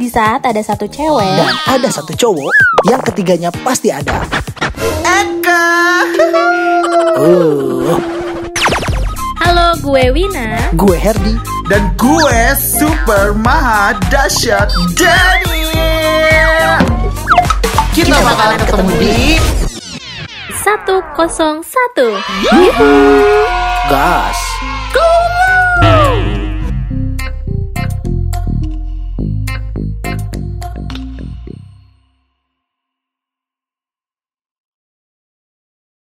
Di saat ada satu cewek Dan ada satu cowok yang ketiganya pasti ada. Eka. Oh, Halo gue Wina gue Herdi. Dan gue super maha dahsyat Dani. Kita bakalan ketemu di 101 Gas. Go